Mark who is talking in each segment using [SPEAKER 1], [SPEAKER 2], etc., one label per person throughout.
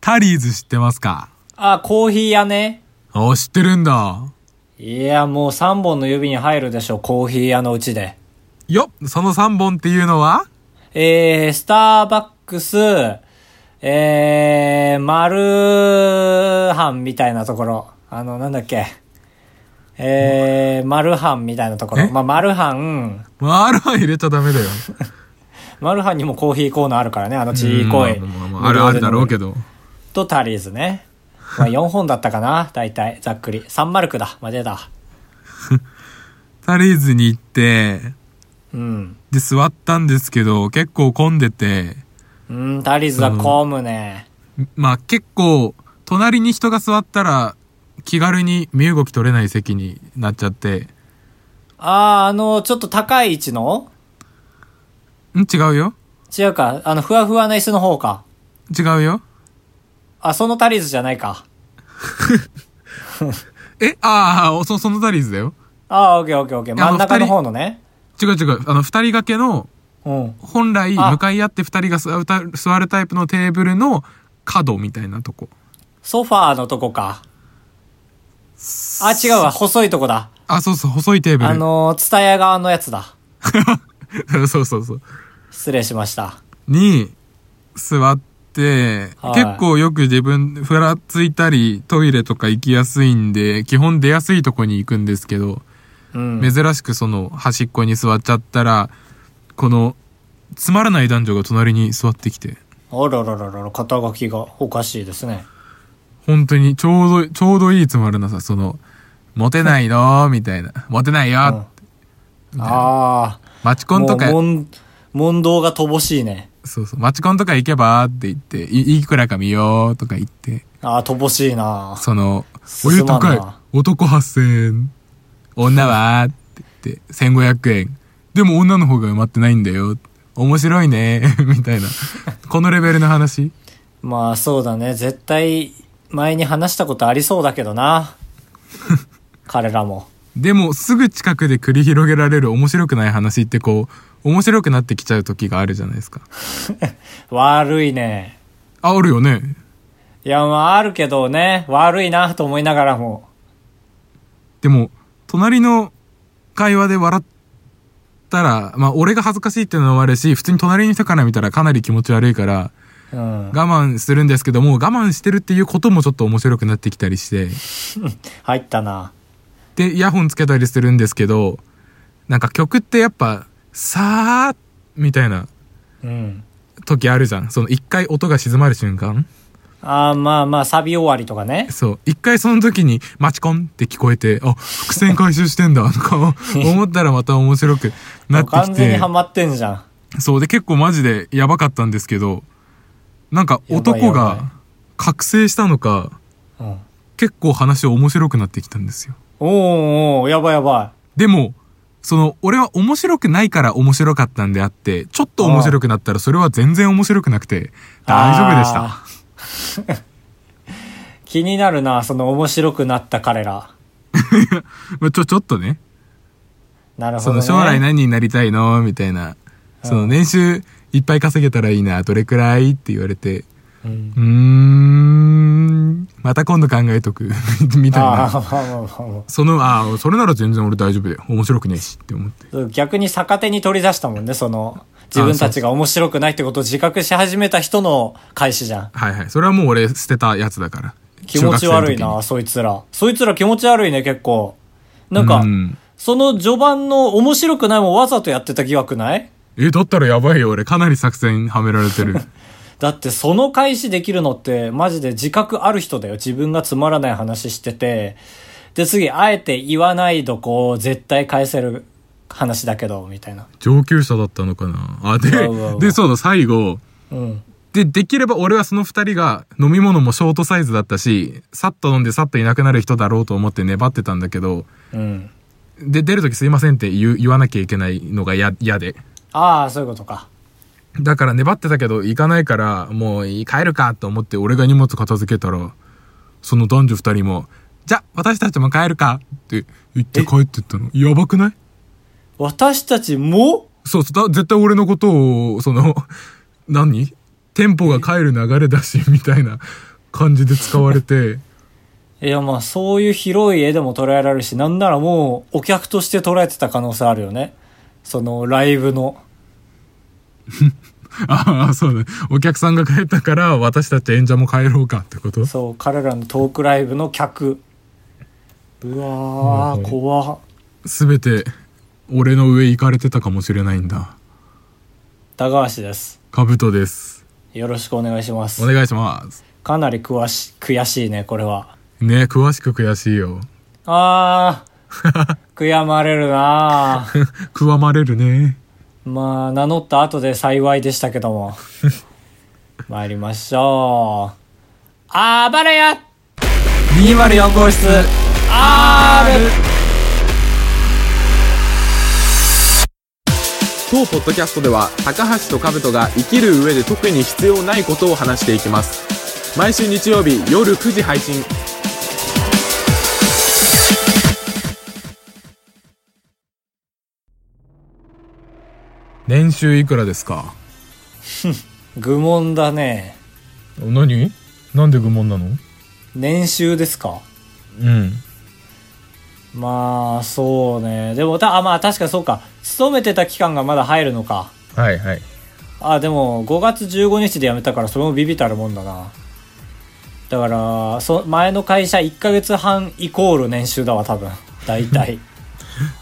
[SPEAKER 1] タリーズ知ってますか
[SPEAKER 2] あ、コーヒー屋ね。
[SPEAKER 1] あ、知ってるんだ。
[SPEAKER 2] いや、もう3本の指に入るでしょ、コーヒー屋のうちで。
[SPEAKER 1] よっその3本っていうのは
[SPEAKER 2] えー、スターバックス、えー、マルハンみたいなところ。あの、なんだっけ。えー、マルハンみたいなところ。
[SPEAKER 1] え
[SPEAKER 2] まあ、マルハン、
[SPEAKER 1] まあ、R1 入れちゃダメだよ。
[SPEAKER 2] マルハンにもコーヒーコーナーあるからね、あのちいこい。
[SPEAKER 1] うんまあまあまああるあるだろうけ
[SPEAKER 2] ど。
[SPEAKER 1] ど。
[SPEAKER 2] とタリーズね。まあ、4本だったかな、大体、ざっくり。3マルクだ、まあ、出た。
[SPEAKER 1] タリーズに行って、
[SPEAKER 2] うん。
[SPEAKER 1] で、座ったんですけど、結構混んでて、
[SPEAKER 2] うん、タリーズは混むね。
[SPEAKER 1] まあ結構、隣に人が座ったら、気軽に身動き取れない席になっちゃって、
[SPEAKER 2] あー、あの、ちょっと高い位置の
[SPEAKER 1] ん違うよ
[SPEAKER 2] 違うか。あの、ふわふわな椅子の方か。
[SPEAKER 1] 違うよ
[SPEAKER 2] あ、そのタリーズじゃないか。
[SPEAKER 1] えああ、そ、そのタリーズだよ。
[SPEAKER 2] あー、オッケーオッケーオッケー。
[SPEAKER 1] いや
[SPEAKER 2] 真ん中
[SPEAKER 1] あの二
[SPEAKER 2] の
[SPEAKER 1] 人
[SPEAKER 2] 方のね。
[SPEAKER 1] 違う違う。あの、二人掛けの、
[SPEAKER 2] うん。
[SPEAKER 1] 本来
[SPEAKER 2] あ
[SPEAKER 1] 向かい合って二人が座るタ座るタイプのテーブルの角みたいなとこ
[SPEAKER 2] ソファーのとこか。あ、違うわ。細いとこだ。
[SPEAKER 1] あそうそう細いテーブル
[SPEAKER 2] あの、ツタヤ側のやつだ。
[SPEAKER 1] そうそうそう
[SPEAKER 2] 失礼しました。
[SPEAKER 1] に座って、
[SPEAKER 2] はい
[SPEAKER 1] 結構よく自分ふらついたりトイレとか行きやすいんで基本出やすいとこに行くんですけど、
[SPEAKER 2] うん。
[SPEAKER 1] 珍しくその端っこに座っちゃったらこのつまらない男女が隣に座ってきて
[SPEAKER 2] あららららら、肩書きがおかしいですね。
[SPEAKER 1] 本当にちょうどちょうどいいつまらなさそのモテないのみたいなモテないよ、
[SPEAKER 2] うんあ
[SPEAKER 1] マチ
[SPEAKER 2] あ。
[SPEAKER 1] コンとか
[SPEAKER 2] もう問、問答が乏しいね。
[SPEAKER 1] そうそう、マチコンとか行けばって言って、いいくらか見ようとか言って、
[SPEAKER 2] ああ、乏しいな。
[SPEAKER 1] その、お湯
[SPEAKER 2] 進まんな
[SPEAKER 1] 高い、男8000円、女はって言って、1500円。でも女の方が埋まってないんだよ。面白いね、 みたいな。このレベルの話。
[SPEAKER 2] まあそうだね。絶対、前に話したことありそうだけ どな。彼らも。
[SPEAKER 1] でも、すぐ近くで繰り広げられる面白くない話ってこう、面白くなってきちゃう時があるじゃないですか。
[SPEAKER 2] 悪いね。
[SPEAKER 1] あ、あるよね。
[SPEAKER 2] いや、まああるけどね、悪いなと思いながらも。
[SPEAKER 1] でも、隣の会話で笑ったら、まあ、俺が恥ずかしいっていうのもあるし、普通に隣の人から見たらかなり気持ち悪いから、
[SPEAKER 2] うん。
[SPEAKER 1] 我慢するんですけども、我慢してるっていうこともちょっと面白くなってきたりして、
[SPEAKER 2] 入ったな。
[SPEAKER 1] で、イヤホンつけたりするんですけど、なんか曲ってやっぱ、さーみたいな
[SPEAKER 2] うん。
[SPEAKER 1] 時あるじゃん。その一回音が静まる瞬間。
[SPEAKER 2] ああ、まあまあ、サビ終わりとかね。
[SPEAKER 1] そう。一回その時に、マチコンって聞こえて、あ、伏線回収してんだ、とか思ったらまた面白くなってきて。
[SPEAKER 2] 完全にハマってんじゃん。
[SPEAKER 1] そうで結構マジでやばかったんですけどなんか男
[SPEAKER 2] やばいやばい
[SPEAKER 1] が覚醒したのか
[SPEAKER 2] うん。
[SPEAKER 1] 結構話面白くなってきたんですよ
[SPEAKER 2] おーおーやばいやば
[SPEAKER 1] でもその俺は面白くないから面白かったんであってちょっと面白くなったらそれは全然面白くなくて
[SPEAKER 2] い。
[SPEAKER 1] 大丈夫でした
[SPEAKER 2] あー。 気になるな、その面白くなった彼ら。
[SPEAKER 1] まあちょちょっとね
[SPEAKER 2] なるほ
[SPEAKER 1] そ
[SPEAKER 2] ど、
[SPEAKER 1] の
[SPEAKER 2] ね。
[SPEAKER 1] 将来何になりたいのみたいなその
[SPEAKER 2] うん
[SPEAKER 1] 年収いっぱい稼げたらいいなどれくらいって言われて
[SPEAKER 2] うん
[SPEAKER 1] うーんまた今度考えとく みたいな
[SPEAKER 2] ああ、まあまあまあまあ
[SPEAKER 1] その、ああ、それなら全然俺大丈夫だよ。面白くねえしって思って。
[SPEAKER 2] そう逆に逆手に取り出したもんね、その、自分たちが面白くないってことを自覚し始めた人の開始じゃん。
[SPEAKER 1] はいはい。それはもう俺捨てたやつだから。
[SPEAKER 2] 気持ち悪い
[SPEAKER 1] 中学
[SPEAKER 2] な、そいつら。そいつら気持ち悪いね、結構。なん
[SPEAKER 1] 生の時に。う
[SPEAKER 2] か、
[SPEAKER 1] ん
[SPEAKER 2] その序盤の面白くないもんわざとやってた疑惑ない
[SPEAKER 1] え、だったらやばいよ。俺かなり作戦はめられて る。
[SPEAKER 2] だってその開始できるのってマジで自覚ある人だよ。自分がつまらない話してて。で、次、あえて言わないどこを絶対返せる話だけど、みたいな。
[SPEAKER 1] 上級者だったのかな。あ、で
[SPEAKER 2] うわうわう、わ
[SPEAKER 1] で、そうだ、最後。
[SPEAKER 2] うん。
[SPEAKER 1] で、できれば俺はその二人が飲み物もショートサイズだったし、さっと飲んでさっといなくなる人だろうと思って粘ってたんだけど、
[SPEAKER 2] うん。
[SPEAKER 1] で、出る時すいませんって言う言わなきゃいけないのがや嫌で。
[SPEAKER 2] ああ、そういうことか。
[SPEAKER 1] だから粘ってたけど行かないからもういい帰るかと思って俺が荷物片付けたらその男女二人も「じゃあ私たちも帰るか」って言って帰ってったのやばくない
[SPEAKER 2] 私たちも
[SPEAKER 1] そうそうだ絶対俺の ことをその何テンポが帰る流れだしみたいな感じで使われて、
[SPEAKER 2] いやまあそういう広い絵でも捉えられるし、なんならもうお客として捉えてた可能性あるよね。そのライブの。
[SPEAKER 1] ああ、そうだ。お客さんが帰ったから、私たち演者も帰ろうかってこと
[SPEAKER 2] そう、彼らのトークライブの客。うわ
[SPEAKER 1] うん
[SPEAKER 2] ー、怖っ
[SPEAKER 1] すべて、俺の上行かれてたかもしれないんだ。
[SPEAKER 2] 高橋です。
[SPEAKER 1] カブトです。
[SPEAKER 2] よろしくお願いしま
[SPEAKER 1] お
[SPEAKER 2] す。
[SPEAKER 1] 願いします。
[SPEAKER 2] かなり詳し、悔しいね、これは。
[SPEAKER 1] ね詳しく悔しいよ。
[SPEAKER 2] あー、悔やまれるなー。
[SPEAKER 1] くわまれるね。
[SPEAKER 2] まあ、名乗った後で幸いでしたけ ども。参りましょう。あばらや204号室 R!
[SPEAKER 3] 当ポッドキャストでは高橋と兜が生きる上で特に必要ないことを話していきます毎週日曜日夜9時配信
[SPEAKER 1] 年収いくらですか
[SPEAKER 2] 愚問だね。
[SPEAKER 1] 何なんで愚問なの
[SPEAKER 2] 年収ですか
[SPEAKER 1] うん。
[SPEAKER 2] まあ、そうね。でも、た、あ、まあ確かそうか。勤めてた期間がまだ入るのか。
[SPEAKER 1] はいはい。
[SPEAKER 2] あ、でも、5月15日で辞めたから、それもビビたるもんだな。だから、そ、前の会社1ヶ月半イコール年収だわ、多分。大 体。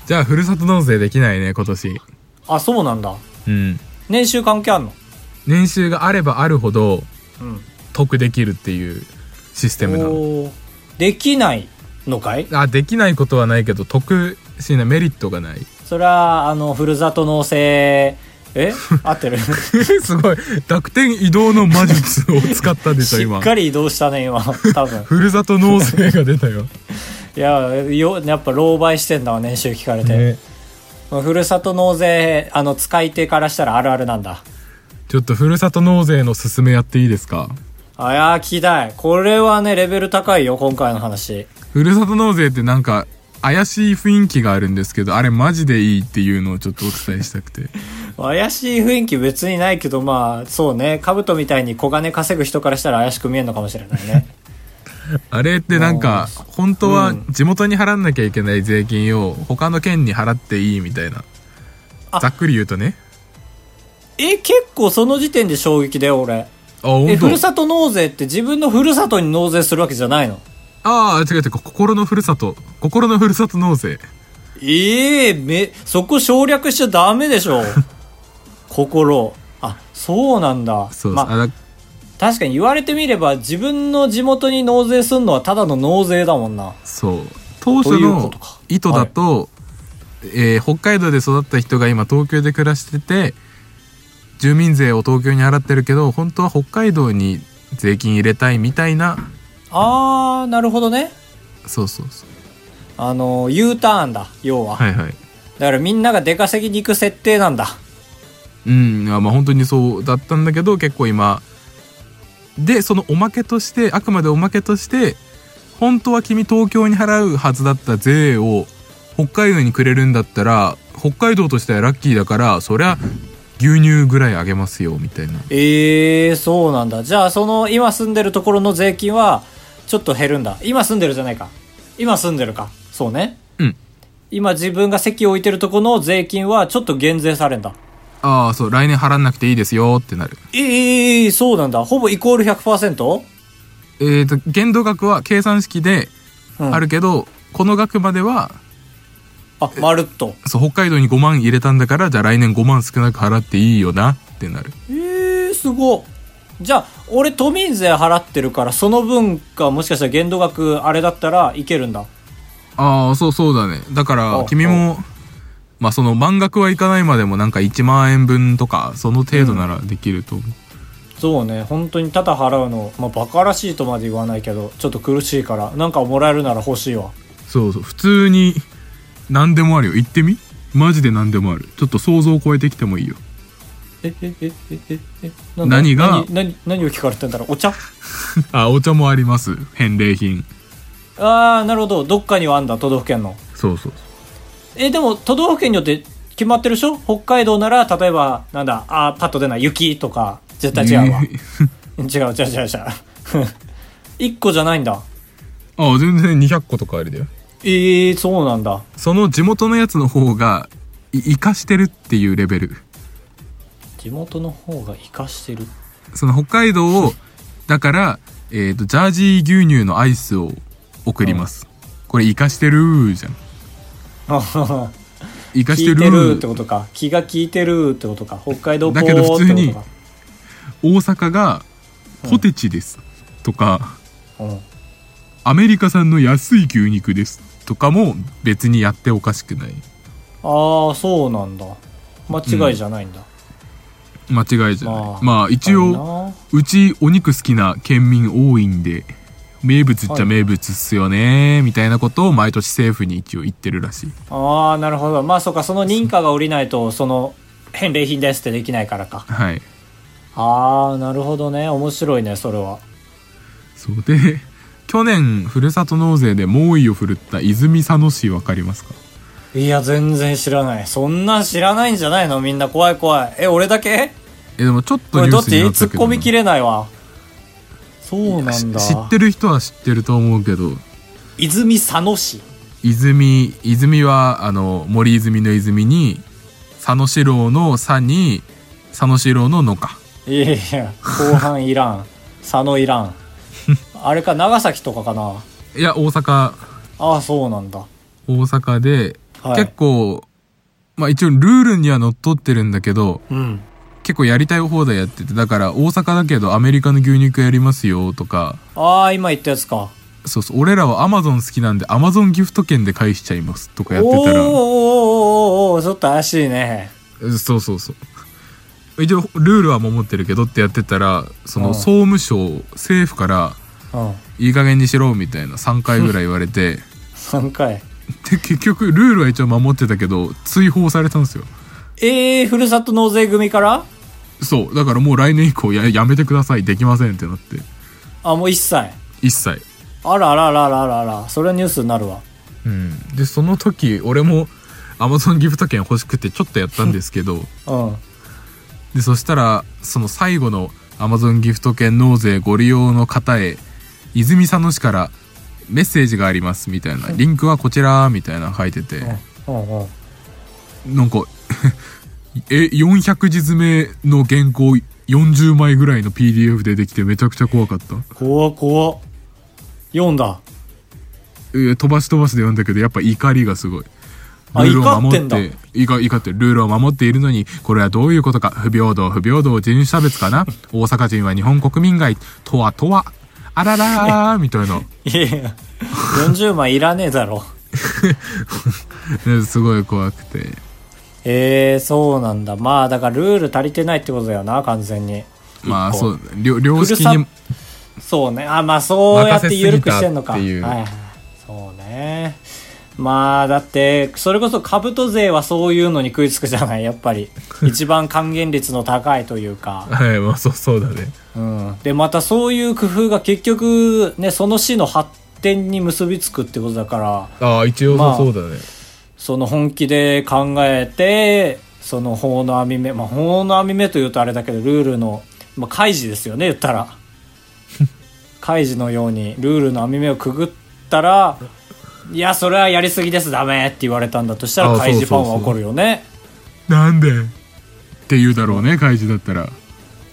[SPEAKER 1] じゃあ、ふるさと納税できないね、今年。
[SPEAKER 2] あ、そうなんだ。
[SPEAKER 1] うん。
[SPEAKER 2] 年収関係あんの
[SPEAKER 1] 年収があればあるほど、
[SPEAKER 2] うん。
[SPEAKER 1] 得できるっていうシステムなの。
[SPEAKER 2] おーできないのかい
[SPEAKER 1] あ、できないことはないけど、得しない、メリットがない。
[SPEAKER 2] それは、あの、ふるさと納税、え 合ってる
[SPEAKER 1] すごい。濁点移動の魔術を使ったでしょ、
[SPEAKER 2] し
[SPEAKER 1] 今
[SPEAKER 2] っ。かり移動したね、今。多分。
[SPEAKER 1] ふるさと納税が出たよ。
[SPEAKER 2] いやよやっぱ狼狽してんだわ年収聞かれて、
[SPEAKER 1] ね。
[SPEAKER 2] まあふるさと納税あの使い手からしたらあるあるなんだ
[SPEAKER 1] ちょっとふるさと納税の勧めやっていいですか
[SPEAKER 2] あいやー聞きたいこれはねレベル高いよ今回の話
[SPEAKER 1] ふるさと納税ってなんか、怪しい雰囲気があるんですけど、あれマジでいいっていうのをちょっとお伝えしたくて。
[SPEAKER 2] 怪しい雰囲気別にないけどまあそうね兜みたいに小金稼ぐ人からしたら怪しく見えるのかもしれない ね
[SPEAKER 1] あれってなんか、本当は地元に払んなきゃいけない税金を他の県に払っていいみたいな。
[SPEAKER 2] あ
[SPEAKER 1] ざっくり言うとね。
[SPEAKER 2] え結構その時点で衝撃だよ俺
[SPEAKER 1] あ、
[SPEAKER 2] え
[SPEAKER 1] 本
[SPEAKER 2] ふる
[SPEAKER 1] 当。
[SPEAKER 2] さと納税って自分のふるさとに納税するわけじゃないの
[SPEAKER 1] ああ、違う違う、心のふるさと。心のふるさと納税。
[SPEAKER 2] ええめ、そこ省略しちゃダメでしょ。 心。あ、そうなんだ。
[SPEAKER 1] そう、
[SPEAKER 2] まあ、
[SPEAKER 1] あだ
[SPEAKER 2] 確かに言われてみれば、自分の地元に納税するのはただの納税だもんな。
[SPEAKER 1] そう当初
[SPEAKER 2] というこ
[SPEAKER 1] の
[SPEAKER 2] とか
[SPEAKER 1] 意図だとえー北海道で育った人が今東京で暮らしてて住民税を東京に払ってるけど本当は北海道に税金入れたいみたいな
[SPEAKER 2] あー、なるほどね。
[SPEAKER 1] そうそうそう
[SPEAKER 2] あの、U ターンだ、要は。
[SPEAKER 1] はいはい
[SPEAKER 2] だからみんなが出稼ぎに行く設定なんだ。
[SPEAKER 1] うんあまあ本当にそうだったんだけど結構今でそのおまけとしてあくまでおまけとして本当は君東京に払うはずだった税を北海道にくれるんだったら北海道としてはラッキーだからそりゃ牛乳ぐらいあげますよみたいな
[SPEAKER 2] ええそうなんだ。じゃあ、その、今住んでるところの税金は、ちょっと減るんだ。今住んでるじゃないか。今住んでるか。そうね。
[SPEAKER 1] うん
[SPEAKER 2] 今自分が席を置いてるところの税金は、ちょっと減税されんだ。
[SPEAKER 1] ああそう来年払んなくていいですよってなる
[SPEAKER 2] ええそうなんだ。ほぼイコール 100%?
[SPEAKER 1] えっ、と限度額は計算式で
[SPEAKER 2] うん
[SPEAKER 1] あるけど、この額までは
[SPEAKER 2] あ、まるっと。
[SPEAKER 1] そう北海道に5万入れたんだからじゃあ来年5万少なく払っていいよなってなる
[SPEAKER 2] ええすごい。じゃあ、俺都民税払ってるから、その分がもしかしたら限度額あれだったらいけるんだ。
[SPEAKER 1] ああそうそうだねだか
[SPEAKER 2] あ
[SPEAKER 1] ら君もまあその満額はいかないまでもなんか1万円分とかその程度ならできると思う、
[SPEAKER 2] そうね、本当にただ払うの、まあ、バカらしいとまで言わないけど、ちょっと苦しいから、なんかもらえるなら欲しいわ。
[SPEAKER 1] そうそう普通に何でもあるよ行ってみマジで何でもあるちょっと想像を超えてきてもいいよ
[SPEAKER 2] え、え、え、え、え、え、なんだ
[SPEAKER 1] 何が
[SPEAKER 2] 何、何何を聞かれてんだろうお茶
[SPEAKER 1] あお茶もあります返礼品
[SPEAKER 2] ああ、なるほど。どっかにはあんだ、都道府県の。
[SPEAKER 1] そうそう
[SPEAKER 2] え、でも、都道府県によって決まってるでしょ北海道なら、例えば、なんだ、あーパッと出ない、雪とか、絶対違うわ。違う、違う、違う、違う。 1個じゃないんだ。
[SPEAKER 1] ああ、全然200個とかあるだよ。
[SPEAKER 2] ええー、そうなんだ。
[SPEAKER 1] その地元のやつの方が、い生かしてるっていうレベル。
[SPEAKER 2] 地元の方が活かしてる。
[SPEAKER 1] その北海道を、だから、えっ、と、ジャージー牛乳のアイスを送ります。これ、生かしてるーじゃん。生かして
[SPEAKER 2] 聞い
[SPEAKER 1] る
[SPEAKER 2] てる
[SPEAKER 1] ー
[SPEAKER 2] ってことか。気が利いてるってことか。北海道
[SPEAKER 1] だけど
[SPEAKER 2] ぽー
[SPEAKER 1] 普通
[SPEAKER 2] って
[SPEAKER 1] に
[SPEAKER 2] こ
[SPEAKER 1] 大阪が、ポテチです。とか、
[SPEAKER 2] とか。うん。
[SPEAKER 1] アメリカ産の安い牛肉です。とかも、別にやっておかしくない。
[SPEAKER 2] ああ、そうなんだ。間違いじゃないんだ。
[SPEAKER 1] 間違いじゃない。
[SPEAKER 2] まあ
[SPEAKER 1] まあ、一応、
[SPEAKER 2] あ
[SPEAKER 1] うちお肉好きな県民多いんで名物っ
[SPEAKER 2] は
[SPEAKER 1] ち
[SPEAKER 2] い
[SPEAKER 1] ゃ名物っすよねみたいなことを毎年政府に一応言ってるらしい
[SPEAKER 2] あー、なるほど。まあそうか、その認可が下りないと、その、返礼品ですってできないからか。
[SPEAKER 1] はい
[SPEAKER 2] ああ、なるほどね。面白いね、それは。
[SPEAKER 1] そうで去年ふるさと納税で猛威を振るった泉佐野市わかりますか
[SPEAKER 2] いや、全然知らない。そんな知らないんじゃないのみんな怖い怖い。え、俺だけ
[SPEAKER 1] えでもちょっと
[SPEAKER 2] これ
[SPEAKER 1] ニュ
[SPEAKER 2] ど
[SPEAKER 1] ー
[SPEAKER 2] っ
[SPEAKER 1] ス
[SPEAKER 2] ち
[SPEAKER 1] になっ
[SPEAKER 2] 突
[SPEAKER 1] た
[SPEAKER 2] っ
[SPEAKER 1] けど
[SPEAKER 2] 込みきれないわ。そうなんだ。
[SPEAKER 1] し知ってる人は知ってると思うけど
[SPEAKER 2] 泉佐野市。
[SPEAKER 1] 泉泉はあの森泉の泉に佐野四郎の佐に佐野四郎の野か
[SPEAKER 2] いやいや、後半いらん。佐野いらん。あれか、長崎とかかな。
[SPEAKER 1] いや大阪
[SPEAKER 2] ああ、そうなんだ。
[SPEAKER 1] 大阪で
[SPEAKER 2] はい
[SPEAKER 1] 結。構、まあ一応ルールにはのっとってるんだけど、
[SPEAKER 2] うん。
[SPEAKER 1] 結構やりたい放題やってて、だから大阪だけどアメリカの牛肉やりますよとか、
[SPEAKER 2] ああ、今言ったやつか。
[SPEAKER 1] そうそう、俺らはアマゾン好きなんでアマゾンギフト券で返しちゃいますとかやっ
[SPEAKER 2] おーお
[SPEAKER 1] てた
[SPEAKER 2] ーお
[SPEAKER 1] ら、
[SPEAKER 2] ーおーおーちょっと怪しいね。
[SPEAKER 1] そうそうそう。一応ルールは守ってるけどってやってたら、そ
[SPEAKER 2] うん
[SPEAKER 1] の総務省、政府から、
[SPEAKER 2] うん。
[SPEAKER 1] いい加減にしろみたいな3回ぐらい言われ て、
[SPEAKER 2] 3回。
[SPEAKER 1] で、結局ルールは一応守ってたけど、追放されたんですよ。
[SPEAKER 2] えー、ふるさと納税組から
[SPEAKER 1] そう、だからもう来年以降ややめてください、できませんってなって。
[SPEAKER 2] あ、もう1歳。
[SPEAKER 1] 一切、
[SPEAKER 2] あらあらあらあらあらあら。それはニュースになるわ。
[SPEAKER 1] うん、でその時俺もアマゾンギフト券欲しくてちょっとやったんですけど
[SPEAKER 2] うん。
[SPEAKER 1] でそしたらその最後のアマゾンギフト券納税ご利用の方へ泉佐野市からメッセージがありますみたいなリンクはこちらみたいなの書いてて
[SPEAKER 2] うんうん。
[SPEAKER 1] なんか え400字詰めの原稿40枚ぐらいの PDF でできてめちゃくちゃ怖かった
[SPEAKER 2] 怖っ怖っ読んだ
[SPEAKER 1] えー飛ばし飛ばしで読んだけどやっぱ怒りがすごい。
[SPEAKER 2] あ
[SPEAKER 1] っ
[SPEAKER 2] 怒ってん
[SPEAKER 1] て怒怒ってるルールを守っているのにこれはどういうことか不平等不平等人種差別か な大阪人は日本国民外とはとはあららーみたいない
[SPEAKER 2] やいや40枚いらねえだろ
[SPEAKER 1] ねすごい怖くて
[SPEAKER 2] ええー、そうなんだまあだからルール足りてないってことだよな完全に
[SPEAKER 1] まあ
[SPEAKER 2] 一個
[SPEAKER 1] そう良良識に
[SPEAKER 2] そうねあまあそうやって緩くしてんのか
[SPEAKER 1] 任せすぎたっていう
[SPEAKER 2] はいはい、そうねまあだってそれこそ兜税はそういうのに食いつくじゃないやっぱ り一番還元率の高いというか
[SPEAKER 1] はいまあそうそうだね
[SPEAKER 2] うん、でまたそういう工夫が結局ねその市の発展に結びつくってことだから
[SPEAKER 1] ああ一応
[SPEAKER 2] まあ
[SPEAKER 1] そうだね、
[SPEAKER 2] その本気で考えてその法の網目まあ法の網目というとあれだけどルールの、まあ、開示ですよね言っ たら開示のようにルールの網目をくぐったらいやそれはやりすぎですダメって言われたんだとした
[SPEAKER 1] あ
[SPEAKER 2] ら
[SPEAKER 1] あ
[SPEAKER 2] 開示ファン
[SPEAKER 1] そう
[SPEAKER 2] は
[SPEAKER 1] そうそう
[SPEAKER 2] 怒るよね
[SPEAKER 1] なんでって言うだろうね開示だったら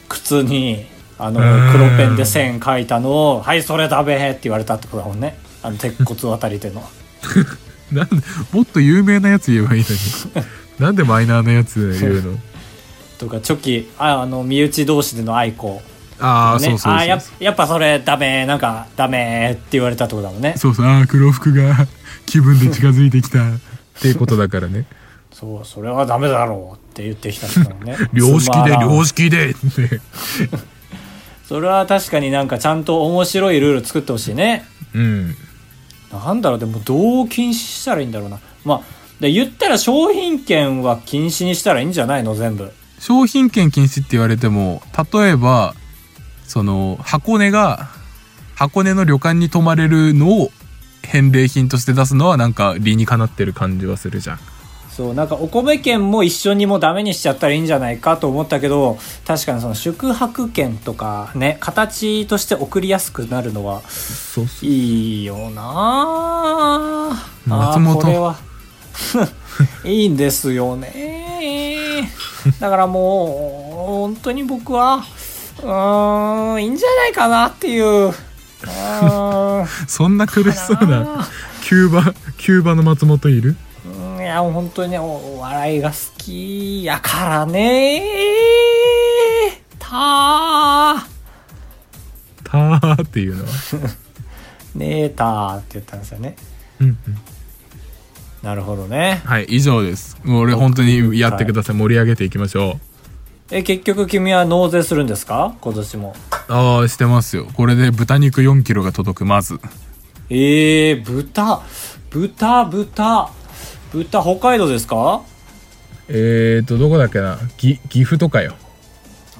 [SPEAKER 2] 靴にあの
[SPEAKER 1] うん
[SPEAKER 2] 黒ペンで線書いたのを「はいそれダメ」って言われたってことだもんねあの鉄骨渡りでの
[SPEAKER 1] なんでもっと有名なやつ言えばいい のになんでマイナーなやつ言うの
[SPEAKER 2] とかチョキああの身内同士での愛好
[SPEAKER 1] ああ、
[SPEAKER 2] ね
[SPEAKER 1] そうそうそうそう
[SPEAKER 2] あーややっぱそれダメなんかダメって言われたってことだもんね
[SPEAKER 1] そうそうああ黒服が 気分で近づいてきた っていうことだからね
[SPEAKER 2] そうそれはダメだろうって言ってきた人だもんね
[SPEAKER 1] 良識で
[SPEAKER 2] つまらん
[SPEAKER 1] 良識 でって
[SPEAKER 2] それは確かになんかちゃんと面白いルール作ってほしいね
[SPEAKER 1] うん
[SPEAKER 2] なんだろうでもどう禁止したらいいんだろうなまあで言ったら商品券は禁止にしたらいいんじゃないの全部
[SPEAKER 1] 商品券禁止って言われても例えばその箱根が箱根の旅館に泊まれるのを返礼品として出すのはなんか理にかなってる感じはするじゃん
[SPEAKER 2] そう、なんかお米券も一緒にもうダメにしちゃったらいいんじゃないかと思ったけど、確かにその宿泊券とかね、形として送りやすくなるのは
[SPEAKER 1] そうそう
[SPEAKER 2] いいよなああ
[SPEAKER 1] 松
[SPEAKER 2] ー
[SPEAKER 1] 本
[SPEAKER 2] これは いいんですよねだからもう本当に僕はうーんいいんじゃないかなっていううーん
[SPEAKER 1] そんな苦しそうなキューバキューバの松本いる
[SPEAKER 2] うんいやもう本当にねおお笑いが好きやからねたー
[SPEAKER 1] たーっていうのは
[SPEAKER 2] ねーたーって言ったんですよね
[SPEAKER 1] うんうん
[SPEAKER 2] なるほどね
[SPEAKER 1] はい以上ですもう俺本当にやってください盛り上げていきましょう
[SPEAKER 2] え結局君は納税するんですか今年も
[SPEAKER 1] ああしてますよこれで豚肉4キロが届くまず
[SPEAKER 2] えー、豚豚豚豚北海道ですか
[SPEAKER 1] えーとどこだっけなぎ岐阜とかよ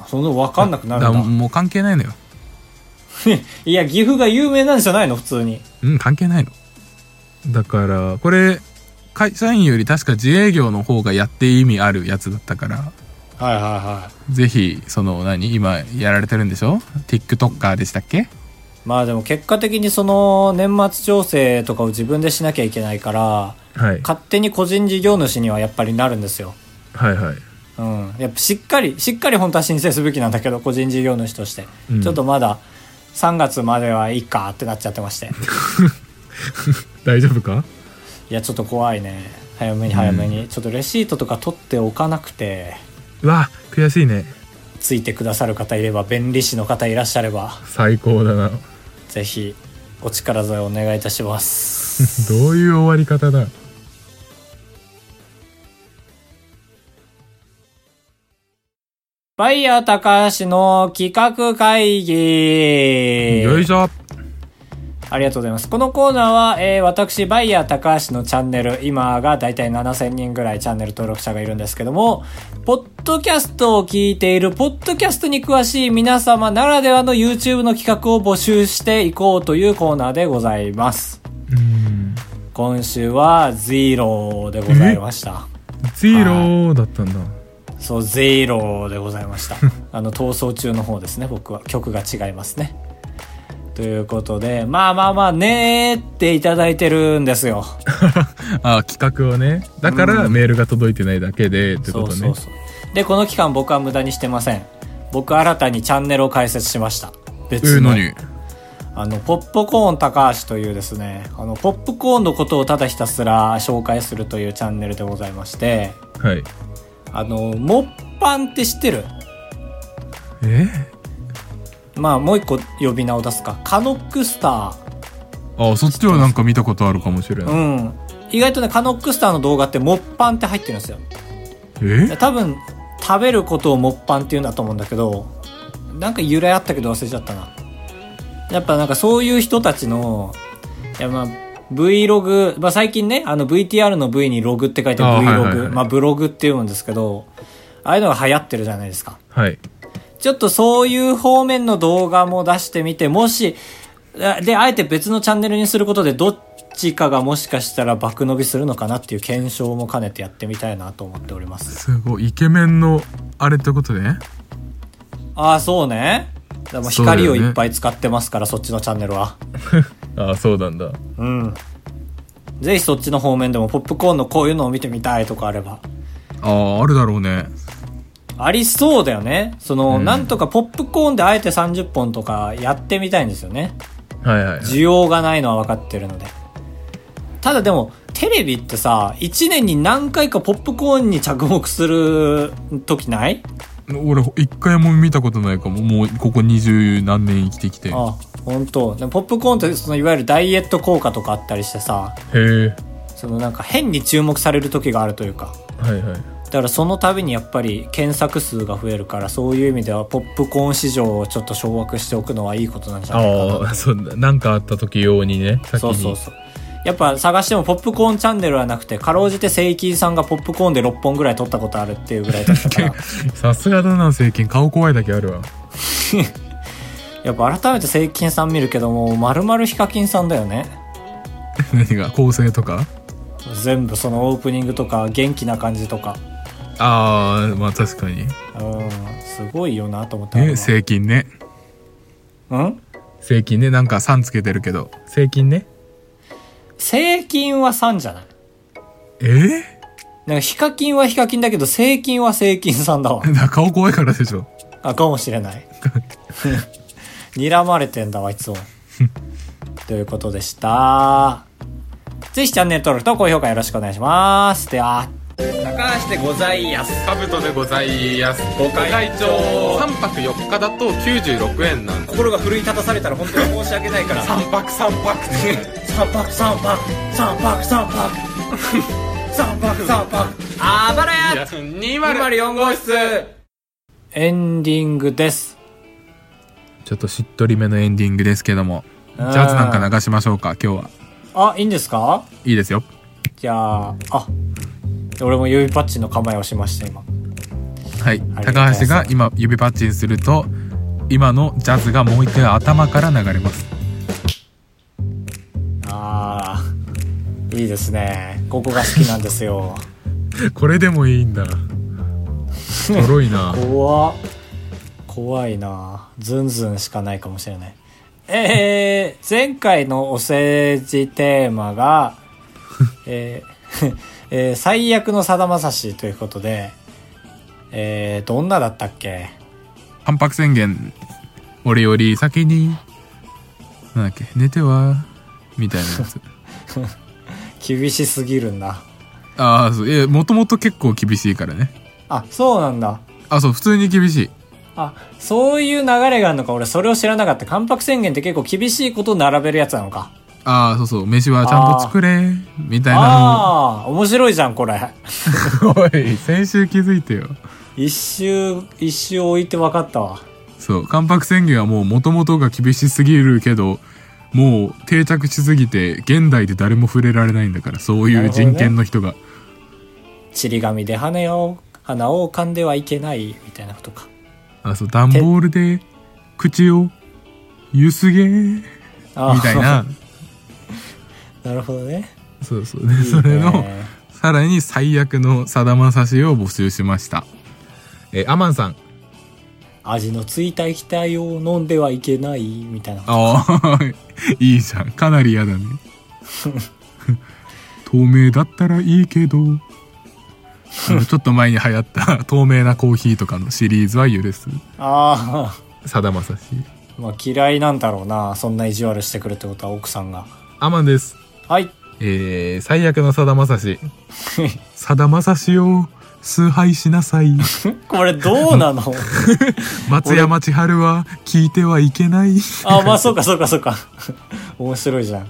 [SPEAKER 2] その分かんなくな
[SPEAKER 1] だ
[SPEAKER 2] る
[SPEAKER 1] から
[SPEAKER 2] んだ
[SPEAKER 1] もう関係ないのよ
[SPEAKER 2] いや岐阜が有名なんじゃないの普通に
[SPEAKER 1] うん関係ないのだからこれ会社員より確か自営業の方がやって意味あるやつだったから
[SPEAKER 2] はいはいはい
[SPEAKER 1] ぜひその何今やられてるんでしょ TikToker でしたっけ
[SPEAKER 2] まあでも結果的にその年末調整とかを自分でしなきゃいけないから
[SPEAKER 1] はい
[SPEAKER 2] 勝手に個人事業主にはやっぱりなるんですよ
[SPEAKER 1] はいはい
[SPEAKER 2] うん、やっぱしっかりしっかり本当は申請すべきなんだけど個人事業主として、
[SPEAKER 1] うん
[SPEAKER 2] ちょっとまだ3月まではいいかってなっちゃってま して
[SPEAKER 1] 大丈夫か
[SPEAKER 2] いやちょっと怖いね早めに早めに、ちょっとレシートとか取っておかなくて
[SPEAKER 1] うわ悔しいね
[SPEAKER 2] ついてくださる方いれば弁理士の方いらっしゃれば
[SPEAKER 1] 最高だ な
[SPEAKER 2] ぜひお力添えお願いいたします
[SPEAKER 1] どういう終わり方だ
[SPEAKER 2] バイヤー高橋の企画会議
[SPEAKER 1] よいしょ
[SPEAKER 2] ありがとうございます。このコーナーは、えー私、バイヤー高橋のチャンネル、今がだいたい7000人ぐらいチャンネル登録者がいるんですけども、ポッドキャストを聞いている、ポッドキャストに詳しい皆様ならではの YouTube の企画を募集していこうというコーナーでございます。
[SPEAKER 1] うん
[SPEAKER 2] 今週は、ゼロでございました。
[SPEAKER 1] ゼロだったんだ
[SPEAKER 2] そう、ゼロでござい ました。あの、逃走中の方ですね、僕は。曲が違いますね。ということで、まあまあまあ、ねーっていただいてるんですよ。
[SPEAKER 1] あ企画をねだからメールが届いてないだけでってことね
[SPEAKER 2] そうそうそうでこの期間僕は無駄にしてません僕新たにチャンネルを開設しました
[SPEAKER 1] え
[SPEAKER 2] 別
[SPEAKER 1] ー
[SPEAKER 2] の,、
[SPEAKER 1] 何
[SPEAKER 2] あのポップコーン高橋というですねあのポップコーンのことをただひたすら紹介するというチャンネルでございまして
[SPEAKER 1] はい
[SPEAKER 2] あのモッパンって知ってる
[SPEAKER 1] え
[SPEAKER 2] まあもう一個呼び名を出すかカノックスタ
[SPEAKER 1] あそっちはなんか見たことあるかもしれ
[SPEAKER 2] ー
[SPEAKER 1] な
[SPEAKER 2] う
[SPEAKER 1] い、
[SPEAKER 2] ん意外とねカノックスターの動画ってモッパンって入ってるんですよ
[SPEAKER 1] え
[SPEAKER 2] 多分食べることをモッパンって言うんだと思うんだけどなんか由来あったけど忘れちゃったなやっぱなんかそういう人たちのいやまあ Vlog、まあ、最近ねあの VTR の V にログって書いて
[SPEAKER 1] あ
[SPEAKER 2] Vlog
[SPEAKER 1] はいはいはい
[SPEAKER 2] まあブログって言うんですけどああいうのが流行ってるじゃないですか
[SPEAKER 1] はい
[SPEAKER 2] ちょっとそういう方面の動画も出してみて、もし、あで、あえて別のチャンネルにすることで、どっちかがもしかしたら爆伸びするのかなっていう検証も兼ねてやってみたいなと思っております。
[SPEAKER 1] すごいイケメンのあれってことね
[SPEAKER 2] ああ、そうね。だからもう
[SPEAKER 1] そうだよね
[SPEAKER 2] 光をいっぱい使ってますから、そ,、っちのチャンネルは。
[SPEAKER 1] あそうなんだ
[SPEAKER 2] うん。ぜひそっちの方面でも、ポップコーンのこういうのを見てみたいとかあれば。
[SPEAKER 1] ああるだろうね
[SPEAKER 2] ありそうだよね。その、
[SPEAKER 1] うん
[SPEAKER 2] なんとかポップコーンであえて30本とかやってみたいんですよね。
[SPEAKER 1] はいはい、はい、
[SPEAKER 2] 需要がないのは分かってるのでただでもテレビってさ1年に何回かポップコーンに着目する時ない
[SPEAKER 1] 俺一回も見たことないかももうここ二十何年生きてきてへ
[SPEAKER 2] あ本当でもポップコーンってそのいわゆるダイエット効果とかあったりしてさ
[SPEAKER 1] え
[SPEAKER 2] そのなんか変に注目される時があるというか
[SPEAKER 1] はいはい
[SPEAKER 2] だからその度にやっぱり検索数が増えるからそういう意味ではポップコーン市場をちょっと掌握しておくのはいいことなんじゃないかな
[SPEAKER 1] ああそうだなんかあった時用にね先に
[SPEAKER 2] そうそうそうやっぱ探してもポップコーンチャンネルはなくてかろうじてセイキーさんがポップコーンで6本ぐらい撮ったことあるっていうぐらいだったから
[SPEAKER 1] さすがだな政権顔怖いだけある わ
[SPEAKER 2] やっぱ改めてセイキーさん見るけどもまるまるヒカキンさんだよね
[SPEAKER 1] 何が構成とか
[SPEAKER 2] 全部そのオープニングとか元気な感じとか
[SPEAKER 1] ああ、まあ確かに。
[SPEAKER 2] うんすごいよなと思った
[SPEAKER 1] ね、
[SPEAKER 2] あ
[SPEAKER 1] 正金ね。
[SPEAKER 2] れはうん
[SPEAKER 1] 正金ね、なんか3つけてるけど。正金ね。
[SPEAKER 2] 正金は3じゃない
[SPEAKER 1] えー、
[SPEAKER 2] なんかヒカキンはヒカキンだけど正金は正金さんだわ
[SPEAKER 1] だから顔怖いからでしょ。
[SPEAKER 2] あかもしれない睨まれてんだわいつもということでしたぜひチャンネル登録と高評価よろしくお願いしますでは高橋でございやす
[SPEAKER 3] カブトでございますご
[SPEAKER 2] 会長
[SPEAKER 3] 3泊4日だと96円なんで
[SPEAKER 2] 心が奮い立たされたら本当に申し訳ないから三
[SPEAKER 3] 泊3泊って
[SPEAKER 2] 泊三泊三泊三泊三泊三泊あばらや
[SPEAKER 3] 204号室
[SPEAKER 2] エンディングです
[SPEAKER 1] ちょっとしっとりめのエンディングですけども。ジ
[SPEAKER 2] うん
[SPEAKER 1] ャズなんか流しましょうか、今日は。
[SPEAKER 2] あいいんですか
[SPEAKER 1] いいですよ。
[SPEAKER 2] じゃああ俺も指パッチンの構えをしました今
[SPEAKER 1] はい。
[SPEAKER 2] ありがとうござい
[SPEAKER 1] 高
[SPEAKER 2] ます
[SPEAKER 1] 橋が今指パッチンすると、今のジャズがもう一回頭から流れます。
[SPEAKER 2] ああいいですねここが好きなんですよ
[SPEAKER 1] これでもいいんだ。とろいな。
[SPEAKER 2] 怖っ怖いなズンズンしかないかもしれないえー、前回のお世辞テーマがえーえー最悪のさだまさしということでえー、どんなだったっけ
[SPEAKER 1] 反白宣言俺より先になんだっけ寝てはみたいなやつ
[SPEAKER 2] 厳しすぎるんだ
[SPEAKER 1] ああそういやもともと結構厳しいからね
[SPEAKER 2] あそうなんだ
[SPEAKER 1] あそう普通に厳しい
[SPEAKER 2] あそういう流れがあるのか俺それを知らなかった関白宣言って結構厳しいことを並べるやつなのか
[SPEAKER 1] ああそうそう飯はちゃんと作れみたいな
[SPEAKER 2] ああ ー面白いじゃんこれ
[SPEAKER 1] のおい先週気づいてよ
[SPEAKER 2] 一周一周置いて分かったわ
[SPEAKER 1] そう関白宣言はもうもともとが厳しすぎるけどもう定着しすぎて現代で誰も触れられないんだからそういう人権の人が、
[SPEAKER 2] ちり紙で羽を鼻を噛んではいけないみたいなことか
[SPEAKER 1] あそう段ボールで口をゆすげー
[SPEAKER 2] あー
[SPEAKER 1] みたいな
[SPEAKER 2] なるほどね
[SPEAKER 1] そうそうでそれのさらに最悪のさだまさしを募集しましたえーアマンさん
[SPEAKER 2] 味のついた液体を飲んではいけないみたいな
[SPEAKER 1] ああ いいじゃんかなり嫌だ ね透明だったらいいけどあのちょっと前に流行った 透明なコーヒーとかのシリーズは許す
[SPEAKER 2] あ
[SPEAKER 1] さだまさし
[SPEAKER 2] あ まあ嫌いなんだろうなそんな意地悪してくるってことは奥さんが
[SPEAKER 1] アマンです
[SPEAKER 2] はい
[SPEAKER 1] えー最悪のさだまさ しさだまさしを崇拝しなさい
[SPEAKER 2] これどうなの
[SPEAKER 1] 松山千春は聞いてはいけない
[SPEAKER 2] あまあそうかそうかそうか 面白いじゃん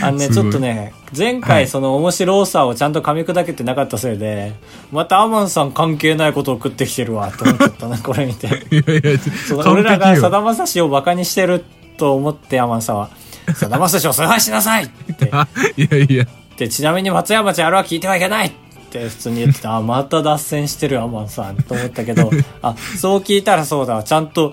[SPEAKER 2] あのね
[SPEAKER 1] す
[SPEAKER 2] ち
[SPEAKER 1] ごい
[SPEAKER 2] ょっとね前
[SPEAKER 1] は
[SPEAKER 2] 回
[SPEAKER 1] い
[SPEAKER 2] その面白さをちゃんと噛み砕けてなかったせいでまたアマンさん関係ないことを食ってきてるわと思っちゃったなこれ見て
[SPEAKER 1] いやいや
[SPEAKER 2] その
[SPEAKER 1] 完
[SPEAKER 2] 俺らが
[SPEAKER 1] 璧
[SPEAKER 2] さ
[SPEAKER 1] よ
[SPEAKER 2] だまさしをバカにしてると思ってアマンさんは「さだまさしを崇拝しなさい!」って
[SPEAKER 1] あいやいや
[SPEAKER 2] でちなみに松山ちゃんあれは聞いてはいけないって普通に言ってたあまた脱線してるアマンさんと思ったけどあそう聞いたらそうだわちゃんと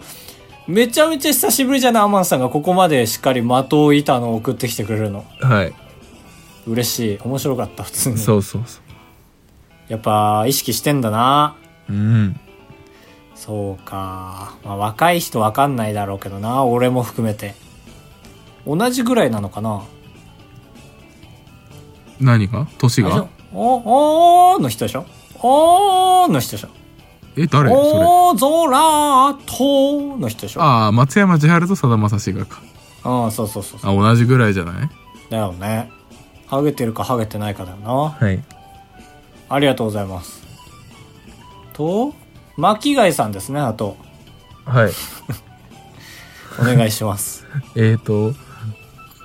[SPEAKER 2] めちゃめちゃ久しぶりじゃないアマンさんがここまでしっかり的をいたのを送ってきてくれるの
[SPEAKER 1] はい
[SPEAKER 2] 嬉しい面白かった普通に
[SPEAKER 1] そうそうそ
[SPEAKER 2] やっぱ意識してんだな
[SPEAKER 1] ううん
[SPEAKER 2] そうか、まあ、若い人わかんないだろうけどな俺も含めて同じぐらいなのかな
[SPEAKER 1] 何が年
[SPEAKER 2] あれでし
[SPEAKER 1] が
[SPEAKER 2] ょおおーの人でしょおーの人でしょ
[SPEAKER 1] え誰それ
[SPEAKER 2] お空との人でしょ
[SPEAKER 1] ああ松山千春とさだまさしがか
[SPEAKER 2] うん、そうそうそうそ。
[SPEAKER 1] あ同じぐらいじゃないう
[SPEAKER 2] だよね。ハゲてるかハゲてないかだよな。
[SPEAKER 1] はい
[SPEAKER 2] ありがとうございます。と、巻貝さんですね、あと。
[SPEAKER 1] はい
[SPEAKER 2] お願い します。
[SPEAKER 1] えーと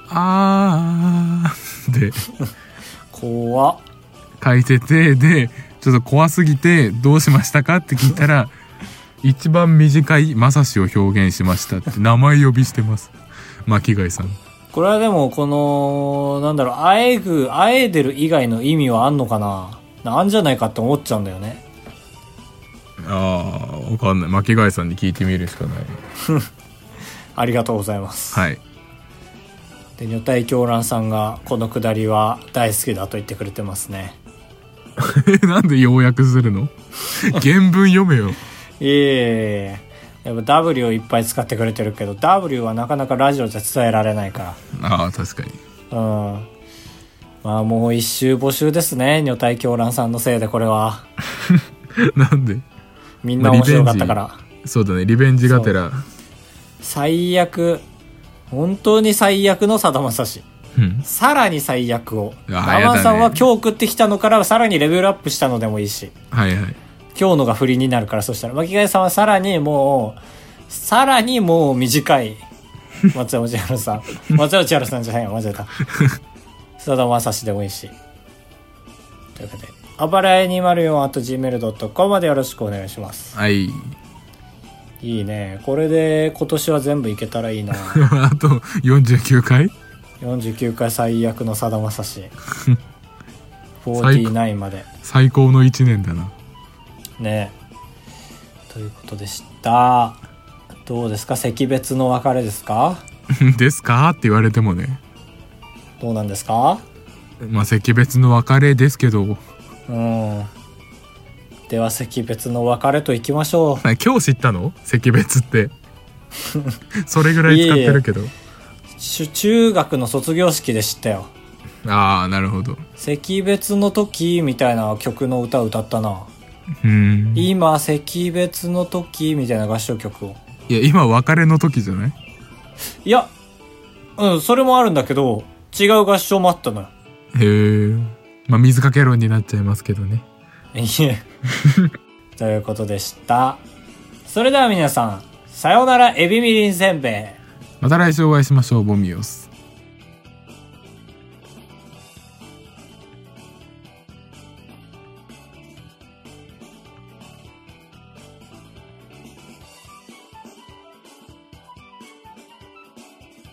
[SPEAKER 1] あーで
[SPEAKER 2] 怖っ。
[SPEAKER 1] 書いててでちょっと怖すぎてどうしましたかって聞いたら一番短いまさしを表現しましたって名前呼びしてます巻貝さん
[SPEAKER 2] これはでも、この、なんだろう、あえぐ、あえでる以外の意味はあんのかなあんじゃないかって思っちゃうんだよね。
[SPEAKER 1] あーわかんない巻貝さんに聞いてみるしかない
[SPEAKER 2] ありがとうございます。
[SPEAKER 1] はい
[SPEAKER 2] で女体狂乱さんがこのくだりは大好きだと言ってくれてますね
[SPEAKER 1] なんで要約するの原文読めよ。
[SPEAKER 2] いえいえいえやっぱ W をいっぱい使ってくれてるけど W はなかなかラジオじゃ伝えられないか
[SPEAKER 1] ああ、確かに。
[SPEAKER 2] らうんまあもう一周募集ですね女体狂乱さんのせいでこれは
[SPEAKER 1] なんで
[SPEAKER 2] みんな面白かったから、
[SPEAKER 1] そうだね、リベンジがてら。
[SPEAKER 2] 最悪本当に最悪のさだまさし
[SPEAKER 1] うん。
[SPEAKER 2] さらに最悪を
[SPEAKER 1] あ
[SPEAKER 2] ダ
[SPEAKER 1] ーやだ
[SPEAKER 2] マ
[SPEAKER 1] ね
[SPEAKER 2] さんは今日食ってきたのからさらにレベルアップしたのでもいいし
[SPEAKER 1] はいはい。
[SPEAKER 2] 今日のが振りになるからそしたら巻貝さんはさらにもうさらにもう短い松山千春さん松山千春さんじゃないよ間違えたさだまさしでもいいしということで暴れ204 at gmail.com までよろしくお願いします
[SPEAKER 1] はい。
[SPEAKER 2] いいねこれで今年は全部いけたらいいな
[SPEAKER 1] あと49回
[SPEAKER 2] 49回最悪のさだまさし
[SPEAKER 1] 最高
[SPEAKER 2] 49まで
[SPEAKER 1] 最高の1年だな。
[SPEAKER 2] ねということでしたどうですか惜別の別れですか
[SPEAKER 1] ですかって言われてもね。
[SPEAKER 2] どうなんですか
[SPEAKER 1] まあ、惜別の別れですけど、
[SPEAKER 2] うんでは惜別の別れといきましょ
[SPEAKER 1] あ今日知ったの惜別って。 それぐらい使ってるけど。
[SPEAKER 2] うし中学の卒業式で知ったよ
[SPEAKER 1] ああ、なるほど。
[SPEAKER 2] 惜別の時みたいな曲の歌を歌ったな
[SPEAKER 1] うん。い
[SPEAKER 2] 今惜別の時みたいな合唱曲を
[SPEAKER 1] や、今別れの時じゃない
[SPEAKER 2] いやうんそれもあるんだけど違う合唱もあったのよ
[SPEAKER 1] へえ。まあ、水かけ論になっちゃいますけどね。
[SPEAKER 2] いえということでしたそれでは皆さんさようならエビみりんせんべい
[SPEAKER 1] また来週お会いしましょう、ボミオス。